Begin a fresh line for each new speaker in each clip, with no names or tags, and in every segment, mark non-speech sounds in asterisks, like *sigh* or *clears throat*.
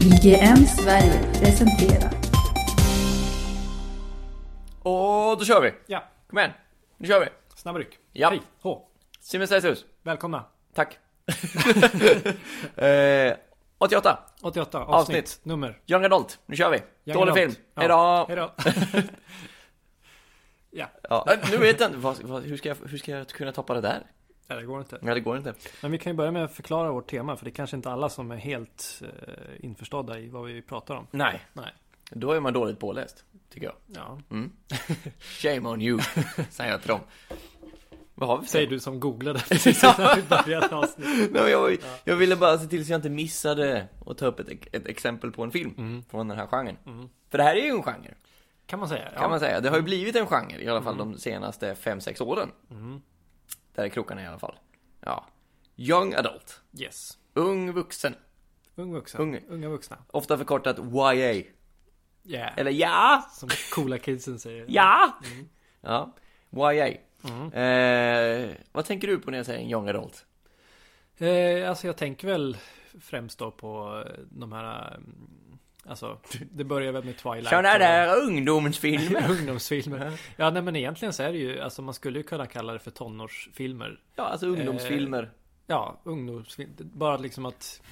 IGM Sverige presenterar
Och då kör vi!
Ja,
Kom igen! Nu kör vi!
snabb ryck.
Ja.
Hej, H.
Simon Sällshus,
Välkomna. *laughs*
tack! eh, 88,
88 avsnitt.
Avsnitt.
Nummer.
Young Adult, nu kör vi!
Young
Dålig
Adult.
film, hejdå!
Hejdå. *laughs* ja,
Ja, eh, nu vet jag inte, vad, vad, hur, ska jag, hur ska jag kunna toppa det där?
nej, det går inte.
Nej det går inte.
Men vi kan ju börja med att förklara vårt tema. För det är kanske inte alla som är helt eh, införstådda i vad vi pratar om.
Nej. Mm.
Nej.
Då är man dåligt påläst, tycker jag.
Ja.
Shame on
*laughs*
you, säger jag till dem. Vad har vi för
Säger du
*laughs*
som googlade precis innan vi började avsnittet.
Nej, men jag, jag ville bara se till så jag inte missade att ta upp ett, ett exempel på en film
Mm.
från den här genren. För det här är ju en genre.
Kan man säga.
kan man säga. Det har ju blivit en genre i alla fall de senaste 5-6 åren. Där är krokarna i alla fall. Ja. Young adult.
Yes.
Ung vuxen.
Ung vuxen.
Ung.
Unga vuxna.
Ofta förkortat YA.
Yeah.
Eller ja,
Som coola kidsen säger.
ja. Ja, YA. Eh, vad tänker du på när jag säger en young adult?
Eh, alltså jag tänker väl främst då på eh, de här mm, Alltså det börjar väl med Twilight
Sådana
och-
där *laughs*
*laughs*
ungdomsfilmer.
Ungdomsfilmer Ja nej men egentligen så är det ju Alltså man skulle ju kunna kalla det för tonårsfilmer
Ja, alltså ungdomsfilmer.
Ja ungdomsfilmer Bara liksom att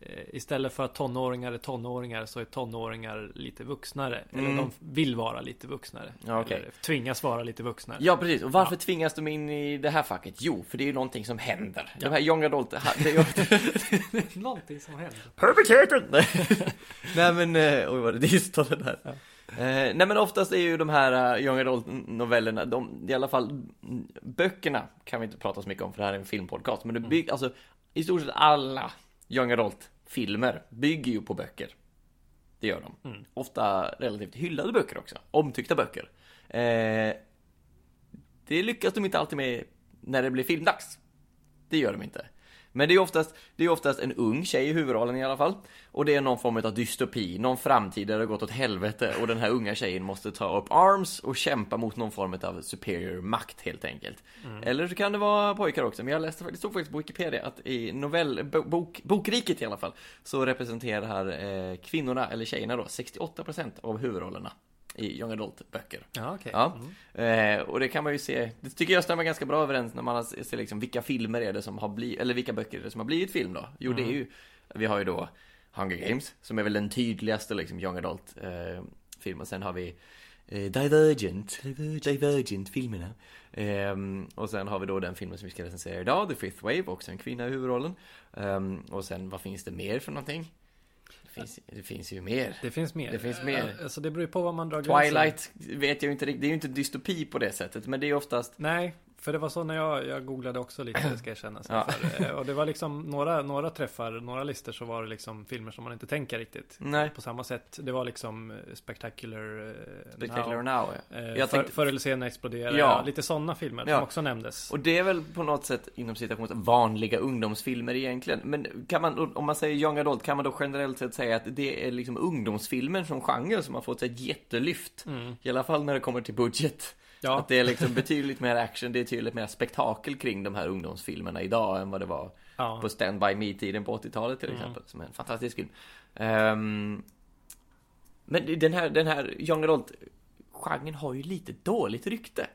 eh, Istället för att tonåringar är tonåringar så är tonåringar lite vuxnare Eller de vill vara lite vuxnare
Mm. Ja, okej.
Eller tvingas vara lite vuxnare
Ja precis, och varför tvingas de in i det här facket? Jo, för det är ju någonting som händer. De här young adult... ha- det är ju-
*laughs* Någonting som händer
Puberteten! *laughs* nej men, eh, oj vad det distade där. Eh, nej men oftast är ju de här eh, young adult novellerna, de, i alla fall mm, böckerna kan vi inte prata så mycket om för det här är en filmpodcast. Men det bygger, alltså i stort sett alla young adult filmer bygger ju på böcker. Det gör de. Ofta relativt hyllade böcker också, omtyckta böcker. Eh, det lyckas de inte alltid med när det blir filmdags. Det gör de inte. Men det är oftast, det är oftast en ung tjej i huvudrollen i alla fall. Och det är någon form av dystopi, någon framtid där det har gått åt helvete och den här unga tjejen måste ta upp arms och kämpa mot någon form av superior makt helt enkelt. Eller så kan det vara pojkar också, men jag läste, det stod faktiskt på Wikipedia att i novell, bo- bok, bokriket i alla fall, så representerar eh, kvinnorna, eller tjejerna då, 68% av huvudrollerna i young adult-böcker.
Ja okej
Ja, eh, och det kan man ju se. Det tycker jag stämmer ganska bra överens när man har- ser liksom vilka filmer är det som har blivit, eller vilka böcker är det som har blivit film då? Jo, det är ju, vi har ju då Hunger Games, som är väl den tydligaste liksom young adult eh, film och sen har vi eh, Divergent, Divergent-filmerna. Ehm, och sen har vi då den filmen som vi ska recensera idag, The Fifth Wave, också en kvinna i huvudrollen. Ehm, och sen, vad finns det mer för någonting? Det finns, det finns ju mer.
Det finns mer
Det finns mer.
Eh, Alltså det beror ju på vad man drar gränsen.
Twilight vet jag ju inte riktigt, det är ju inte dystopi på det sättet, men det är oftast
Nej, för det var så när jag, jag googlade
*clears throat*
också lite, ska jag känna.
Ja.
Ja. Och det var liksom några, några träffar, några listor så var det liksom filmer som man inte tänker riktigt.
Nej.
På samma sätt, det var liksom eh, Spectacular, eh,
Spectacular
Now.
Now.
Eh,
ja. jag
för,
tänkte,
Förr eller senare exploderar
Ja.
ja. Lite sådana filmer
Ja.
som också nämndes.
och det är väl på något sätt inom citationstecken vanliga ungdomsfilmer egentligen. Men kan man, om man säger young adult, kan man då generellt sett säga att det är liksom ungdomsfilmen som genre som har fått ett jättelyft? I alla fall när det kommer till budget.
Mm. Ja.
Att det är liksom betydligt mer action, det är betydligt mer spektakel kring de här ungdomsfilmerna idag än vad det var
Ja. Mm.
på Stand By Me-tiden på 80-talet till exempel. Som är en fantastisk film. Ehm, men den här, den här young adult-genren har ju lite dåligt rykte.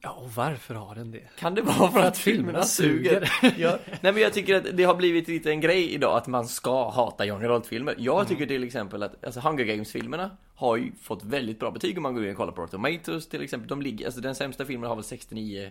Ja, och varför har den det?
Kan det vara för att filmerna
filmerna
suger? ja. Nej men jag tycker att det har blivit lite en grej idag att man ska hata young adult-filmer. Jag tycker till exempel att alltså Hunger Games-filmerna har ju fått väldigt bra betyg om man går in och kollar på Rotten Tomatoes till exempel. De ligger, alltså den sämsta filmen har väl 69%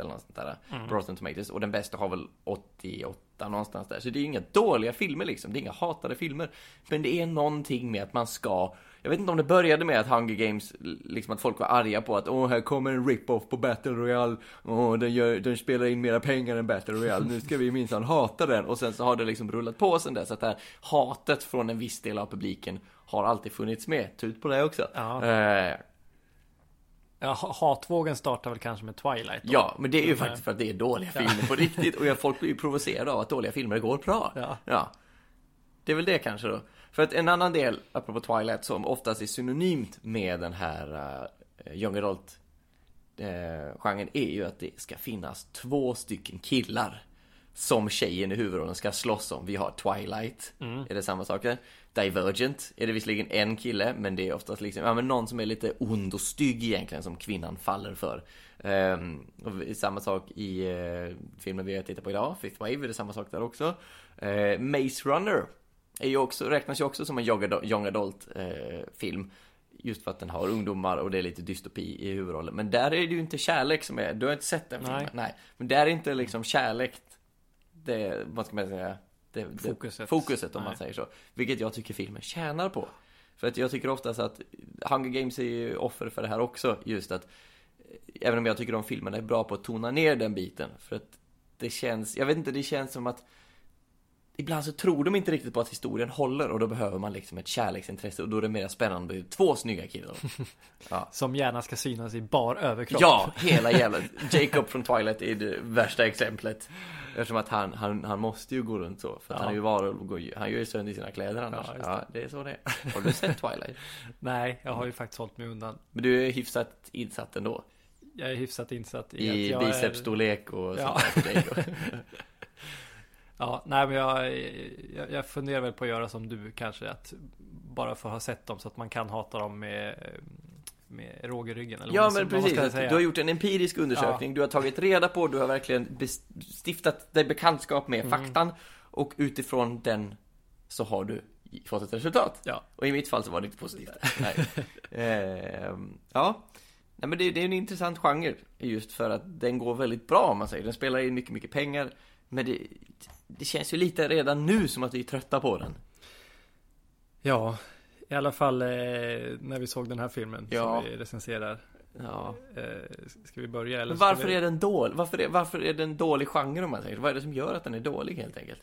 eller något sånt där på Rotten Tomatoes och den bästa har väl 88 någonstans där. Så det är ju inga dåliga filmer liksom, det är inga hatade filmer. Men det är någonting med att man ska jag vet inte om det började med att Hunger Games, liksom att folk var arga på att åh, här kommer en rip-off på Battle Royale. Åh, den, gör, den spelar in mera pengar än Battle Royale. Nu ska vi minsann hata den. Och sen så har det liksom rullat på sen dess. Att det här hatet från en viss del av publiken har alltid funnits med. Tut på det också.
Ja.
Eh,
*laughs* Ja, ha- hatvågen startar väl kanske med Twilight? då.
Ja, men det är ju faktiskt för att det är dåliga filmer på riktigt och jag, folk blir ju provocerade av att dåliga filmer går bra.
Ja.
Det är väl det kanske då. För att en annan del, apropå Twilight, som oftast är synonymt med den här uh, young adult eh, genren är ju att det ska finnas två stycken killar som tjejen i huvudrollen ska slåss om. Vi har Twilight, är det samma saker? Divergent är det visserligen en kille, men det är oftast liksom, ja, men någon som är lite ond och stygg egentligen som kvinnan faller för. Ehm, och vi- samma sak i eh, filmen vi tittar på idag, Fifth Wave, är det samma sak där också. Eh, Maze Runner är ju också, räknas ju också som en young adult- young adult eh, film. Just för att den har ungdomar och det är lite dystopi i huvudrollen. Men där är det ju inte kärlek som är, du har inte sett den
Nej.
filmen? Nej. Men där är inte liksom kärlek det, vad ska man säga? Det, det,
Fokuset.
fokuset om man
Nej.
säger så. Vilket jag tycker filmen tjänar på. För att jag tycker oftast att Hunger Games är ju offer för det här också. Just att, eh, även om jag tycker de filmerna är bra på att tona ner den biten. För att det känns, jag vet inte, det känns som att Ibland så tror de inte riktigt på att historien håller och då behöver man liksom ett kärleksintresse och då är det mer spännande med två snygga
*laughs*
killar.
Som gärna ska synas i bar överkropp.
Ja, hela jävla
*laughs*
Jacob från Twilight är det värsta exemplet Eftersom att han, han, han måste ju gå runt så För att
Ja.
han är ju varulv och går, ju- han gör ju sönder sina kläder annars
Ja,
Ja,
just
det. är så det
*laughs*
är Har du sett Twilight?
Nej, jag har ju faktiskt hållit mig undan.
Men du är hyfsat insatt ändå
Jag är hyfsat insatt i,
I
att jag Är,
bicepsstorlek och
Ja.
sånt där för dig då.
ja, nej men jag, jag, jag funderar väl på att göra som du kanske. Att bara för att ha sett dem så att man kan hata dem med, med råg i ryggen. Eller
Ja
vad man-
men
vad man
precis,
ska
att
säga.
du har gjort en empirisk undersökning Du har tagit reda på, du har verkligen bes- stiftat dig bekantskap med
Mm.
faktan Och utifrån den så har du fått ett resultat
Ja,
Och i mitt fall så var det inte positivt.
*laughs*
Nej. Ehm, ja. Nej men det, det är en intressant genre. Just för att den går väldigt bra om man säger. Den spelar in mycket, mycket pengar. Men det, det känns ju lite redan nu som att vi är trötta på den.
ja i alla fall eh, när vi såg den här filmen
Ja.
som vi recenserar.
Ja.
Eh, ska vi börja eller?
Men
ska
varför
vi...
är den dålig? Varför är, varför är den dålig genre om man säger? Vad är det som gör att den är dålig helt enkelt?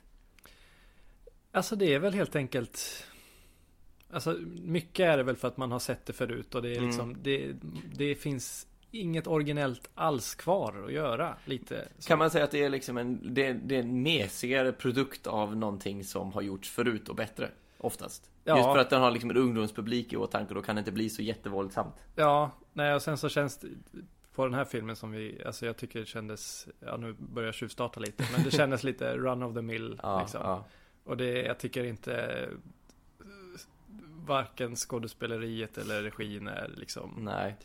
Alltså det är väl helt enkelt Alltså mycket är det väl för att man har sett det förut och det är
Mm.
liksom det, det finns inget originellt alls kvar att göra lite så.
Kan man säga att det är liksom en, det, är- det är en mesigare produkt av någonting som har gjorts förut och bättre? Oftast.
Ja.
Just för att den har liksom en ungdomspublik i åtanke och då kan det inte bli så jättevåldsamt.
Ja, nej och sen så känns det på den här filmen som vi, alltså jag tycker det kändes, ja nu börjar jag tjuvstarta lite,
*laughs*
men det kändes lite run of the mill
Ja,
liksom.
ja.
Och det, jag tycker inte eh, varken skådespeleriet eller regin är liksom,
Nej.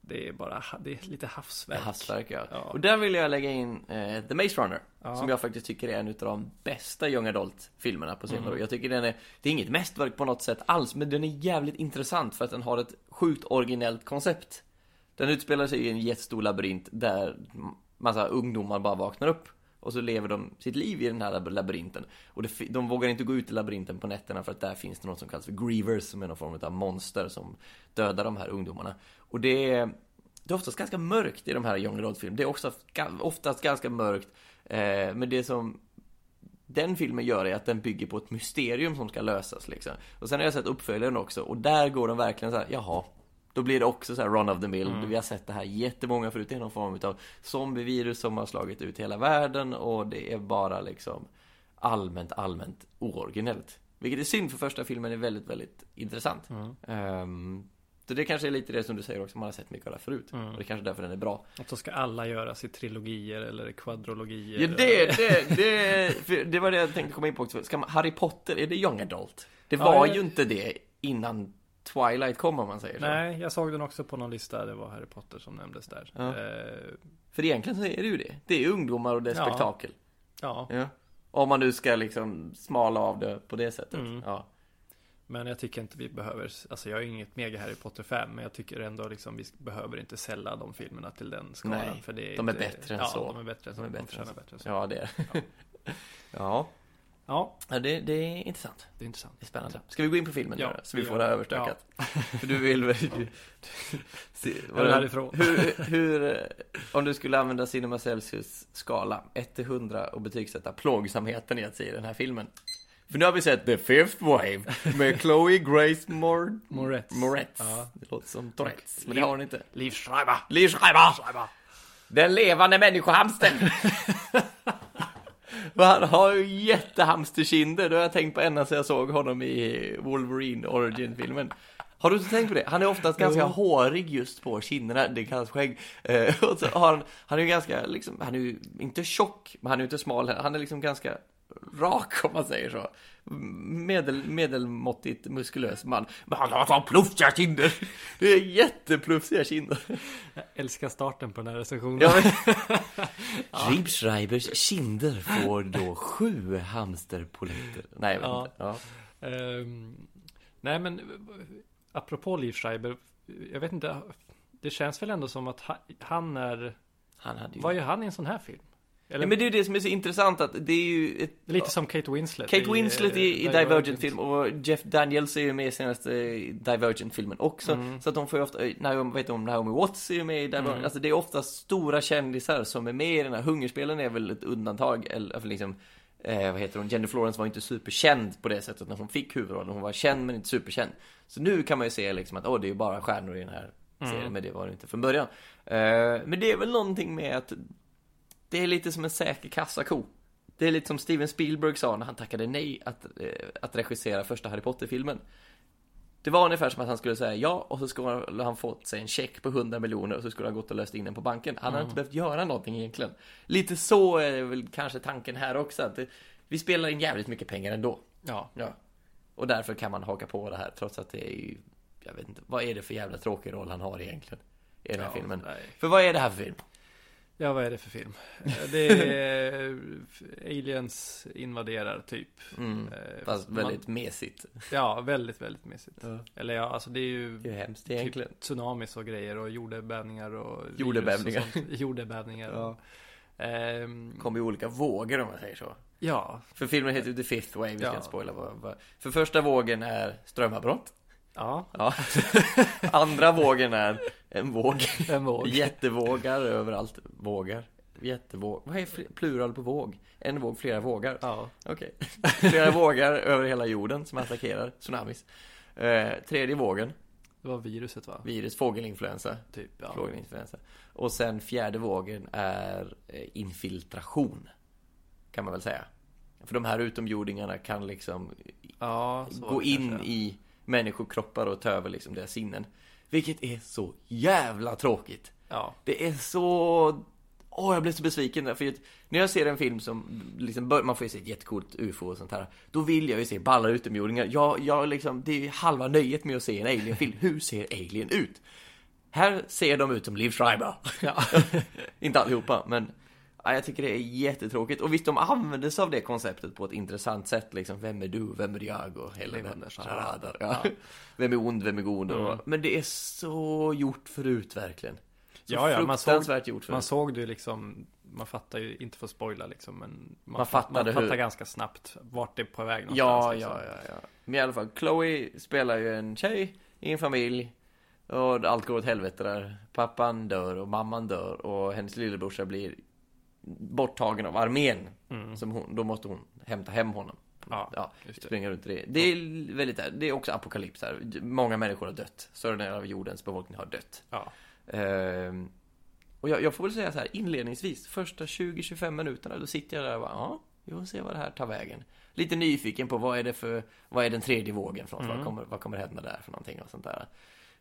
det är bara, ha- det är lite havsverk.
Havsverk ja.
Ja.
Och där vill jag lägga in eh, The Maze Runner.
Ja.
Som jag faktiskt tycker är en av de bästa Young Adult-filmerna på senare år. Jag tycker den är, det är inget mästerverk på något sätt alls, men den är jävligt intressant för att den har ett sjukt originellt koncept. Den utspelar sig i en jättestor labyrint där massa ungdomar bara vaknar upp. Och så lever de sitt liv i den här lab- labyrinten. Och det, fi- de vågar inte gå ut i labyrinten på nätterna för att där finns det något som kallas för grievers som är någon form av monster som dödar de här ungdomarna. Och det är, det är oftast ganska mörkt i de här Young Adult-filmerna. Det är också ga- oftast ganska mörkt. Eh, men det som den filmen gör är att den bygger på ett mysterium som ska lösas liksom. Och sen har jag sett uppföljaren också och där går de verkligen så här, jaha. Då blir det också så här run of the mill. Vi har sett det här jättemånga förut. Det är någon form av zombievirus som har slagit ut hela världen och det är bara liksom allmänt, allmänt ooriginellt. Vilket är synd för första filmen är väldigt, väldigt intressant. Ehm, så det kanske är lite det som du säger också, man har sett mycket av det här förut. Och det är kanske är därför den är bra.
Att då ska alla göras i trilogier eller kvadrologier.
Ja, det, det, det, för det var det jag tänkte komma in på också. Ska man, Harry Potter, är det young adult? Det
Ja,
var
jag-
ju inte det innan Twilight kom om man säger så.
Nej, jag såg den också på någon lista. Det var Harry Potter som nämndes där.
Ja.
Eh,
För egentligen så är det ju det. Det är ungdomar och det är
Ja.
spektakel.
ja,
Ja. Om man nu ska liksom smala av det på det sättet.
Mm.
Ja.
men jag tycker inte vi behöver. Alltså jag är inget mega Harry Potter fan, men jag tycker ändå liksom vi behöver inte sälja de filmerna till den skalan.
Nej,
för det är
de är
inte,
bättre än
ja,
så.
De är bättre än så.
De
De
är bättre
förtjänar
än
bättre än så.
ja, det är det. Ja,
*laughs* Ja,
ja det, det är intressant.
det är intressant.
Det är spännande. Ska vi gå in på filmen
Ja,
nu då? Så vi
vi
får
gör
det här
det.
överstökat. För *laughs* du vill väl... Se,
Eller härifrån.
Hur, hur, eh, om du skulle använda Cinema Celsius skala 1-100 och betygsätta plågsamheten i att se den här filmen. För nu har vi sett The Fifth Wave med Chloe Grace Mor-
Moretz.
Moretz.
Ja.
Det låter som Tourettes, men det har hon inte.
Liv Schreiber.
Liv Schreiber! Den levande människohamstern! *laughs* Men Han har ju jättehamsterkinder, det har jag tänkt på ända sedan jag såg honom i Wolverine Origin-filmen. Har du inte tänkt på det? Han är oftast ganska
Jo.
hårig just på kinderna, det kallas skägg. Eh, *laughs* och så har han, han är ju ganska, liksom, han är ju inte tjock, men han är ju inte smal heller. Han är liksom ganska rak om man säger så. Medel, medelmåttigt muskulös man. Men han har så plufsiga kinder! Det är jätteplufsiga kinder.
Jag älskar starten på den här recensionen.
Ja, men... Ribschreibers kinder får då sju hamsterpoletter. Nej, jag vet
Ja.
inte. Ja.
Ehm, nej men eh, apropå Liv Schreiber, jag vet inte. Det känns väl ändå som att ha- han är,
Han hade ju...
vad gör han i en sån här film? Eller
Ja, men det är ju det som är så intressant att det är ju ett...
lite som Kate Winslet.
Kate Winslet i,
eh,
i Divergent-film och Jeff Daniels är ju med i senaste Divergent-filmen också.
Mm.
Så att de får ju ofta, eh, Naomi, vet du, om Naomi Watts är ju med i Divergent.
Mm.
Alltså det är ofta stora kändisar som är med i den här. Hungerspelen är väl ett undantag, eller för liksom Eh, vad heter hon? Jennifer Lawrence var inte superkänd på det sättet när hon fick huvudrollen. Hon var känd men inte superkänd. Så nu kan man ju se liksom att åh, det är ju bara stjärnor i den här
Mm.
serien. Men det var det inte från början. Eh, men det är väl någonting med att det är lite som en säker kassako. Det är lite som Steven Spielberg sa när han tackade nej att, eh, att regissera första Harry Potter-filmen. Det var ungefär som att han skulle säga ja och så skulle han fått sig en check på 100 miljoner och så skulle han gått och löst in den på banken. Han
Mm.
hade inte behövt göra någonting egentligen. Lite så är väl kanske tanken här också. Att det, vi spelar in jävligt mycket pengar ändå.
Ja,
Ja. Och därför kan man haka på det här trots att det är ju, jag vet inte, vad är det för jävla tråkig roll han har egentligen? I den här
Ja,
filmen.
nej.
För vad är det här för film?
ja, vad är det
*laughs*
för film? Eh, Det är eh, aliens invaderar typ.
Mm.
Eh,
Fast
man-
väldigt mesigt.
Ja, väldigt, väldigt mysigt.
Ja.
Eller ja, alltså det är ju
Det är ju hemskt egentligen.
typ tsunamis och grejer och jordbävningar och virus
Jordbävningar.
och sånt. *laughs* Jordbävningar.
Ja.
Ehm,
Kommer i olika vågor om man säger så.
ja,
För filmen heter ju The Fifth Wave, vi ska
Ja.
inte spoila vad, vad. För första vågen är strömavbrott.
ja, *laughs*
Ja. *laughs* Andra vågen är en våg.
en våg.
Jättevågar överallt. Vågar. Jättevåg. Vad är fl- plural på våg? En våg, flera vågar.
Ja,
Okej. *laughs* Flera vågar över hela jorden som attackerar. Tsunamis. Eh, tredje vågen.
det var viruset va?
Virus, fågelinfluensa.
Typ, ja.
Fågelinfluensa. Och sen fjärde vågen är eh, infiltration. Kan man väl säga. För de här utomjordingarna kan liksom
ja så var
gå
det
in
kanske.
i människokroppar och ta över liksom deras sinnen. Vilket är så jävla tråkigt.
Ja,
Det är så... Åh, jag blev så besviken där, för att när jag ser en film som liksom, bör- man får ju se ett jättecoolt UFO och sånt här. Då vill jag ju se balla utomjordingar. Jag, jag liksom, det är ju halva nöjet med att se en alienfilm. Hur ser alien ut? Här ser de ut som Liv Schreiber. *laughs* Inte allihopa, men ja, jag tycker det är jättetråkigt. Och visst, de använder sig av det konceptet på ett intressant sätt. Liksom, vem är du? Vem är jag? Och hela
Vem är Mm.
den
Schreiber?
charadar. Ja. *laughs* Vem är ond? Vem är god? Och, men det är så gjort förut, verkligen. Så
Ja, ja, man såg-
fruktansvärt gjort förut.
man såg det ju liksom Man fattar ju, inte för att spoila liksom men Man,
Man
fa-
fattade
man fattar
hur-
ganska snabbt vart det är på väg någonstans
Ja,
liksom.
ja, ja, ja. Men i alla fall, Chloe spelar ju en tjej i en familj. Och allt går åt helvete där. Pappan dör och mamman dör och hennes lillebrorsa blir borttagen av armén. Som hon, då måste hon hämta hem honom.
Mm. Ja, just det.
springa runt i det. Det är väldigt, det är också apokalyps här. Många människor har dött. Större delen av jordens befolkning har dött.
ja.
Ehm, och jag, jag får väl säga så här inledningsvis, första 20-25 minuterna, då sitter jag där och bara, ja, vi får se vad det här tar vägen. Lite nyfiken på vad är det för, vad är den tredje vågen för något?
Mm.
Vad, kommer, vad kommer hända där för någonting och sånt där.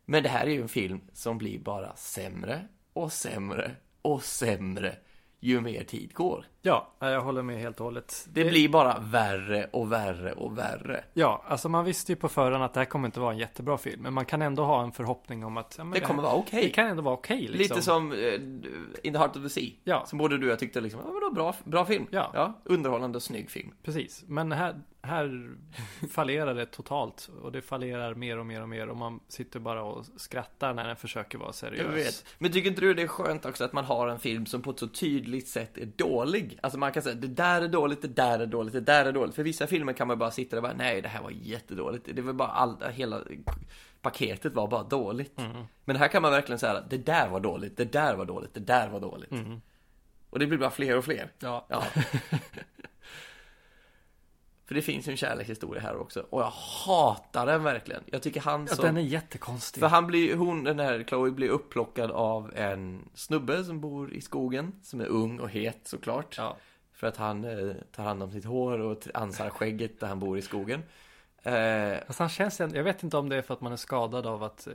Men det här är ju en film som blir bara sämre och sämre och sämre ju mer tid går.
Ja, nej, jag håller med helt och hållet
Det blir bara värre och värre och värre.
Ja, alltså man visste ju på förhand att det här kommer inte vara en jättebra film Men man kan ändå ha en förhoppning om att ja, men
Det kommer vara okej.
Det kan ändå vara okej liksom
Lite som eh, In the Heart of the Sea.
Ja.
Som både du och jag tyckte liksom, ja, men då, bra, bra film.
Ja.
ja. Underhållande och snygg film.
Precis, men här, här fallerar det totalt och det fallerar mer och mer och mer och man sitter bara och skrattar när den försöker vara seriös.
Jag vet. Men tycker inte du det är skönt också att man har en film som på ett så tydligt sätt är dålig? Alltså man kan säga det där är dåligt, det där är dåligt, det där är dåligt. För vissa filmer kan man bara sitta där och bara nej det här var jättedåligt. Det var bara all, hela paketet var bara dåligt. Men här kan man verkligen säga det där var dåligt, det där var dåligt, det där var dåligt. Och det blir bara fler och fler.
Ja.
Ja. *laughs* För det finns ju en kärlekshistoria här också. Och jag hatar den verkligen. Jag tycker han
Ja,
som...
den är jättekonstig.
För han blir, hon, den här Chloe blir upplockad av en snubbe som bor i skogen, som är ung och het såklart.
Ja.
För att han eh, tar hand om sitt hår och t- ansar skägget där han bor i skogen. Eh,
Fast han känns ändå, jag vet inte om det är för att man är skadad av att eh,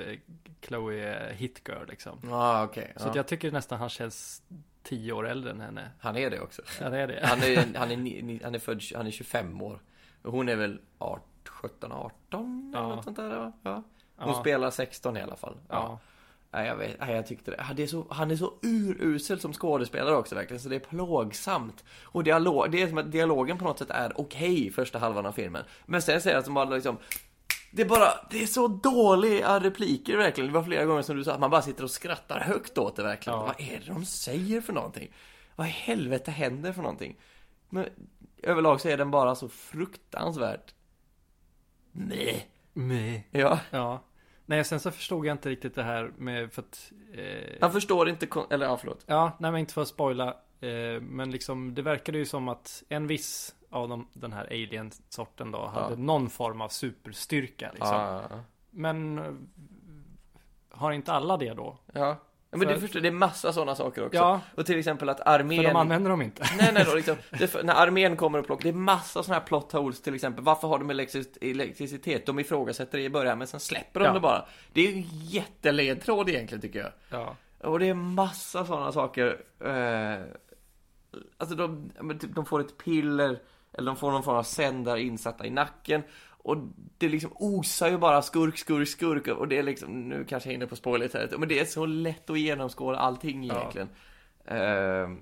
Chloe är hitgirl liksom.
ah, okej.
Så att
ja.
jag tycker nästan han känns tio år äldre än henne.
Han är det också.
Ja det är det.
Han är, han är, ni- ni- han är född, han är 25 år. Och hon är väl 18, 17, 18 eller
Ja.
något sånt där va? Ja. Hon
ja.
spelar 16 i alla fall.
Ja.
Nej, jag vet, nej, jag tyckte det. Han är så, han är så urusel som skådespelare också verkligen, så det är plågsamt. Och dialog, det är som att dialogen på något sätt är okej i första halvan av filmen. Men sen säger han som bara liksom, det är bara, det är så dåliga repliker verkligen. Det var flera gånger som du sa att man bara sitter och skrattar högt åt det verkligen.
Ja.
Vad är det de säger för någonting? Vad i helvete händer för någonting? Men överlag så är den bara så fruktansvärt... Nej.
Nej.
Ja.
Ja. Nej, sen så förstod jag inte riktigt det här med för att... Eh,
Han förstår inte, kon- eller ja, förlåt.
Ja, nej men inte för att spoila. Eh, men liksom, det verkade ju som att en viss av de, den här alien-sorten då hade
Ja.
någon form av superstyrka. Liksom.
ja.
Men eh, har inte alla det då?
Ja, men du
För-
förstår, det är massa sådana saker också.
Ja,
Och till exempel att
för
armén...
de använder dem inte.
Nej, nej, då, liksom, det, för- när armén kommer och plockar, det är massa sådana här plot holes till exempel. Varför har de elektric- elektricitet? De ifrågasätter det i början, men sen släpper de
Ja.
det bara. Det är ju en jätteledtråd egentligen, tycker jag.
Ja,
Och det är massa sådana saker. Eh, alltså de, ja, men typ, de får ett piller, eller de får någon form av sändare insatta i nacken. Och det liksom osar ju bara skurk, skurk, skurk. Och det är liksom, nu kanske jag är inne på spoilet här. Men det är så lätt att genomskåda allting
Ja.
egentligen. Eh,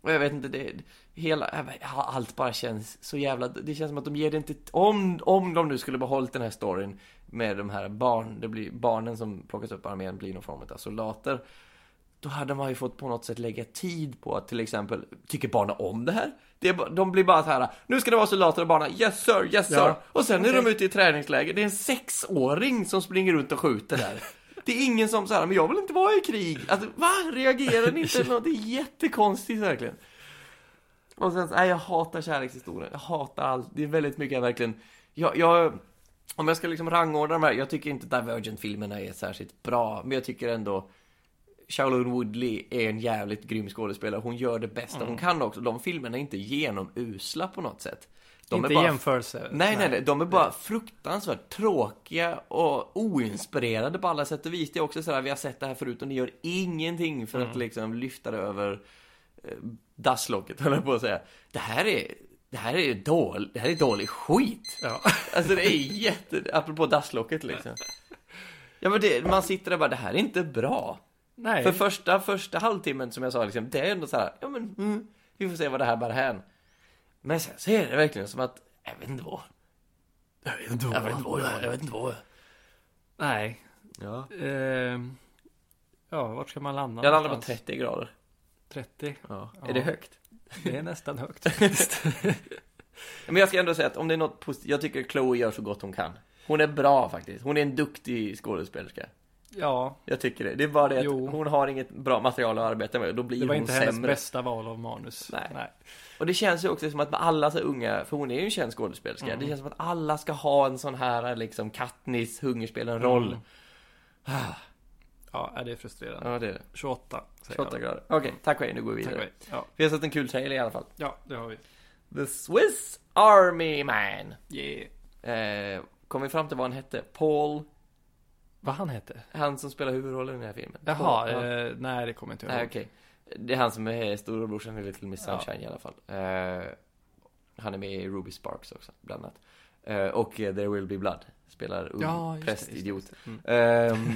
och jag vet inte, det, hela, ja, men, ja, allt bara känns så jävla, det känns som att de ger det inte, om, om de nu skulle behållit den här storyn med de här barn, det blir, barnen som plockas upp av armén blir någon form av soldater. Då hade man ju fått på något sätt lägga tid på att till exempel, tycker barnen om det här? Det är, bara- de blir bara så här, nu ska det vara soldater och barnen, yes sir, yes sir!
Ja.
Och sen är de
Okej.
ute i träningsläger, det är en sexåring som springer runt och skjuter
*laughs*
där. Det är ingen som säger men jag vill inte vara i krig. Alltså, va? Reagerar ni inte?
*laughs*
eller något? Det är jättekonstigt verkligen. Och sen, så- nej jag hatar kärlekshistorier. Jag hatar allt. Det är väldigt mycket jag verkligen, jag, jag, om jag ska liksom rangordna de här, jag tycker inte Divergent-filmerna är särskilt bra, men jag tycker ändå Shaolin Woodley är en jävligt grym skådespelare. Hon gör det bästa hon kan också. De filmerna är inte genomusla på något sätt. De
inte
är bara
jämförelse.
Nej, nej, nej, de är bara fruktansvärt tråkiga och oinspirerade på alla sätt och vis. Det är också sådär, vi har sett det här förut och ni gör ingenting för att liksom lyfta det över eh, dasslocket, *laughs* höll jag på att säga. Det här är, det här är dålig, det här är dålig skit.
Ja.
*laughs* Alltså det är jätte, apropå dasslocket liksom. Ja men det, man sitter där bara, det här är inte bra.
nej.
För första, första halvtimmen som jag sa, liksom, det är ändå så här, ja men mm, vi får se vad det här bär hän. Men sen så är det verkligen som att, jag vet inte vad.
jag vet inte
Jag vet inte vad jag är, jag vet inte vad jag är.
Nej.
Ja.
Ehm, ja, vart ska man landa?
Jag landar på
någonstans?
30 grader.
30.
Ja.
Ja.
Är det högt?
Det är
*laughs*
nästan högt faktiskt.
Men jag ska ändå säga att om det är något positivt, jag tycker Chloe gör så gott hon kan. Hon är bra faktiskt. Hon är en duktig skådespelerska.
ja,
Jag tycker det. Det är bara det att
Jo.
hon har inget bra material att arbeta med och då blir
det var
hon
inte hennes
sämre.
bästa val av manus.
Nej.
nej.
Och det känns ju också som att med alla så unga, för hon är ju en känd skådespelerska,
Mm.
det känns som att alla ska ha en sån här liksom Katniss, Hungerspelen-roll.
Mm. Ja, det är frustrerande.
Ja, det är det.
28. säger
28
jag.
grader. Okej, tack och hej, nu går vi
Tack och
vidare.
hej. Ja,
Vi har sett en kul trailer i alla fall.
ja, det har vi.
The Swiss Army Man.
Yeah.
Eh, kom vi fram till vad han hette? Paul,
Vad han hette?
han som spelar huvudrollen i den här filmen.
Jaha,
Paul, ja.
eh, nej det kommer jag inte
Nej,
ihåg.
okej. Det är han som är storebrorsan i Little Miss
Ja.
Sunshine i alla fall. Eh, han är med i Ruby Sparks också, bland annat. Eh, och eh, There Will Be Blood spelar ung
Ja, just det, just det,
prästidiot.
just det. Mm.
Ehm,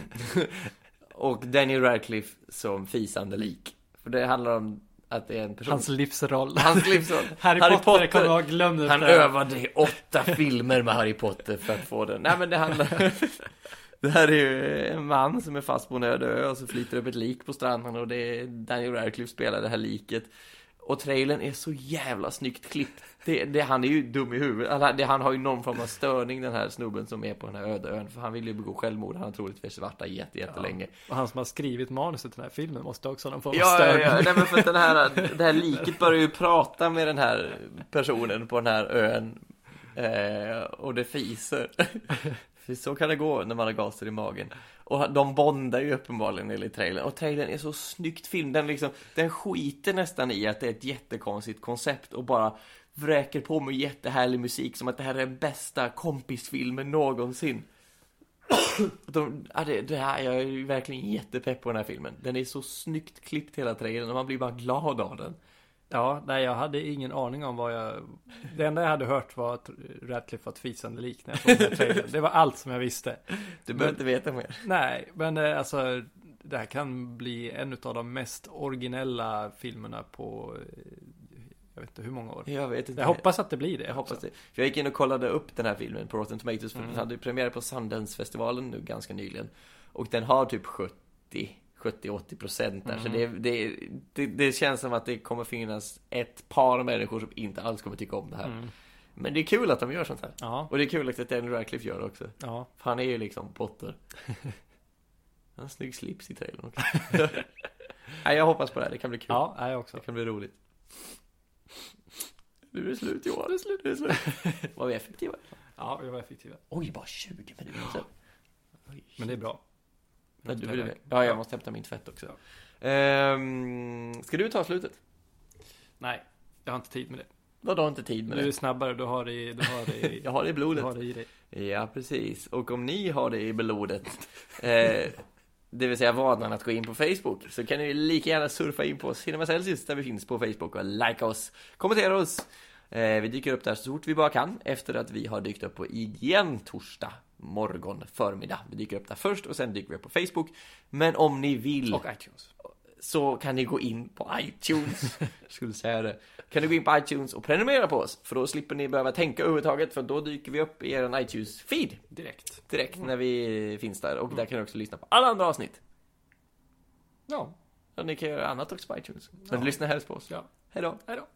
och Daniel Radcliffe som fisande lik. För det handlar om att det är en person.
Hans livsroll.
Hans livsroll.
Harry,
Harry
Potter,
Potter.
kommer jag glömde det.
Han övade i åtta *laughs* filmer med Harry Potter för att få den. Nej men det handlar... *laughs* Det här är ju en man som är fast på en öde ö och så flyter upp ett lik på stranden och det är Daniel Radcliffe spelar det här liket. Och trailern är så jävla snyggt klippt. Det, det, han är ju dum i huvudet. Alla- det, han har ju någon form av störning den här snubben som är på den här öde ön. För han vill ju begå självmord. Han har troligtvis varit där jätte, jättelänge.
Och han som har skrivit manuset till den här filmen måste också ha någon form av
Ja, ja,
störning.
ja. Nej, men för att den här,
*laughs*
det här liket börjar ju prata med den här personen på den här ön. Eh, och det
*laughs*
fiser. För så kan det gå när man har gaser i magen. Och de bondar ju uppenbarligen enligt trailern. Och trailern är så snyggt film. Den, liksom, den skiter nästan i att det är ett jättekonstigt koncept och bara vräker på mig jättehärlig musik som att det här är den bästa kompisfilmen någonsin. De, ja, det, det här, jag är verkligen jättepepp på den här filmen. Den är så snyggt klippt hela trailern och man blir bara glad av den.
Ja, nej jag hade ingen aning om vad jag... Det enda jag hade hört var att Ratcliffe var ett fisande lik när jag såg den här trailern. Det var allt som jag visste.
Du behöver inte veta mer.
Nej, men eh, alltså det här kan bli en av de mest originella filmerna på... eh, Jag vet inte hur många år.
Jag vet inte.
Jag hoppas att det blir det.
Jag hoppas det. För jag gick in och kollade upp den här filmen på Rotten Tomatoes, för den hade ju premiär på Sundance-festivalen nu ganska nyligen. Och den har typ 70, 70-80 procent där. Så det, det, det, det känns som att det kommer finnas ett par människor som inte alls kommer tycka om det här. Men det är kul att de gör sånt här.
Mm. Ja,
Och det är kul att Daniel Radcliffe gör det också.
ja.
För han är ju liksom *laughs* Potter. Han har en snygg slips i trailern också. *laughs* Nej, jag hoppas på det här. Det kan bli kul.
Ja, nej, jag också.
Det kan bli roligt. Nu är det slut Johan, nu är det slut, nu är det *laughs* slut. Var vi effektiva?
Ja, vi var effektiva.
Oj, bara 20 minuter.
Men det är bra.
Nej, du, du, ja, jag måste hämta min tvätt också. Ehm, ska du ta slutet?
Nej, jag har inte tid med det.
Vadå, har inte tid med
Du är
det?
snabbare, du har det i... Du har det i...
*laughs* Jag har det i
du
blodet.
har det i dig.
Ja, precis. Och om ni har det i blodet, eh, det vill säga vanan att gå in på Facebook, så kan ni lika gärna surfa in på Cinema Celsius där vi finns på Facebook och likea oss, kommentera oss. Eh, vi dyker upp där så fort vi bara kan efter att vi har dykt upp på IGN torsdag morgon förmiddag. Vi dyker upp där först och sen dyker vi upp på Facebook. Men om ni vill
Och iTunes.
så kan ni gå in på iTunes. *laughs* Jag skulle säga det. Kan ni gå in på iTunes och prenumerera på oss? För då slipper ni behöva tänka överhuvudtaget för då dyker vi upp i er iTunes-feed
Direkt.
direkt när vi finns där. Och
Mm.
där kan ni också lyssna på alla andra avsnitt.
Ja,
Och ni kan göra annat också på iTunes. Men lyssna helst på oss.
ja.
Hej då!
Hej då.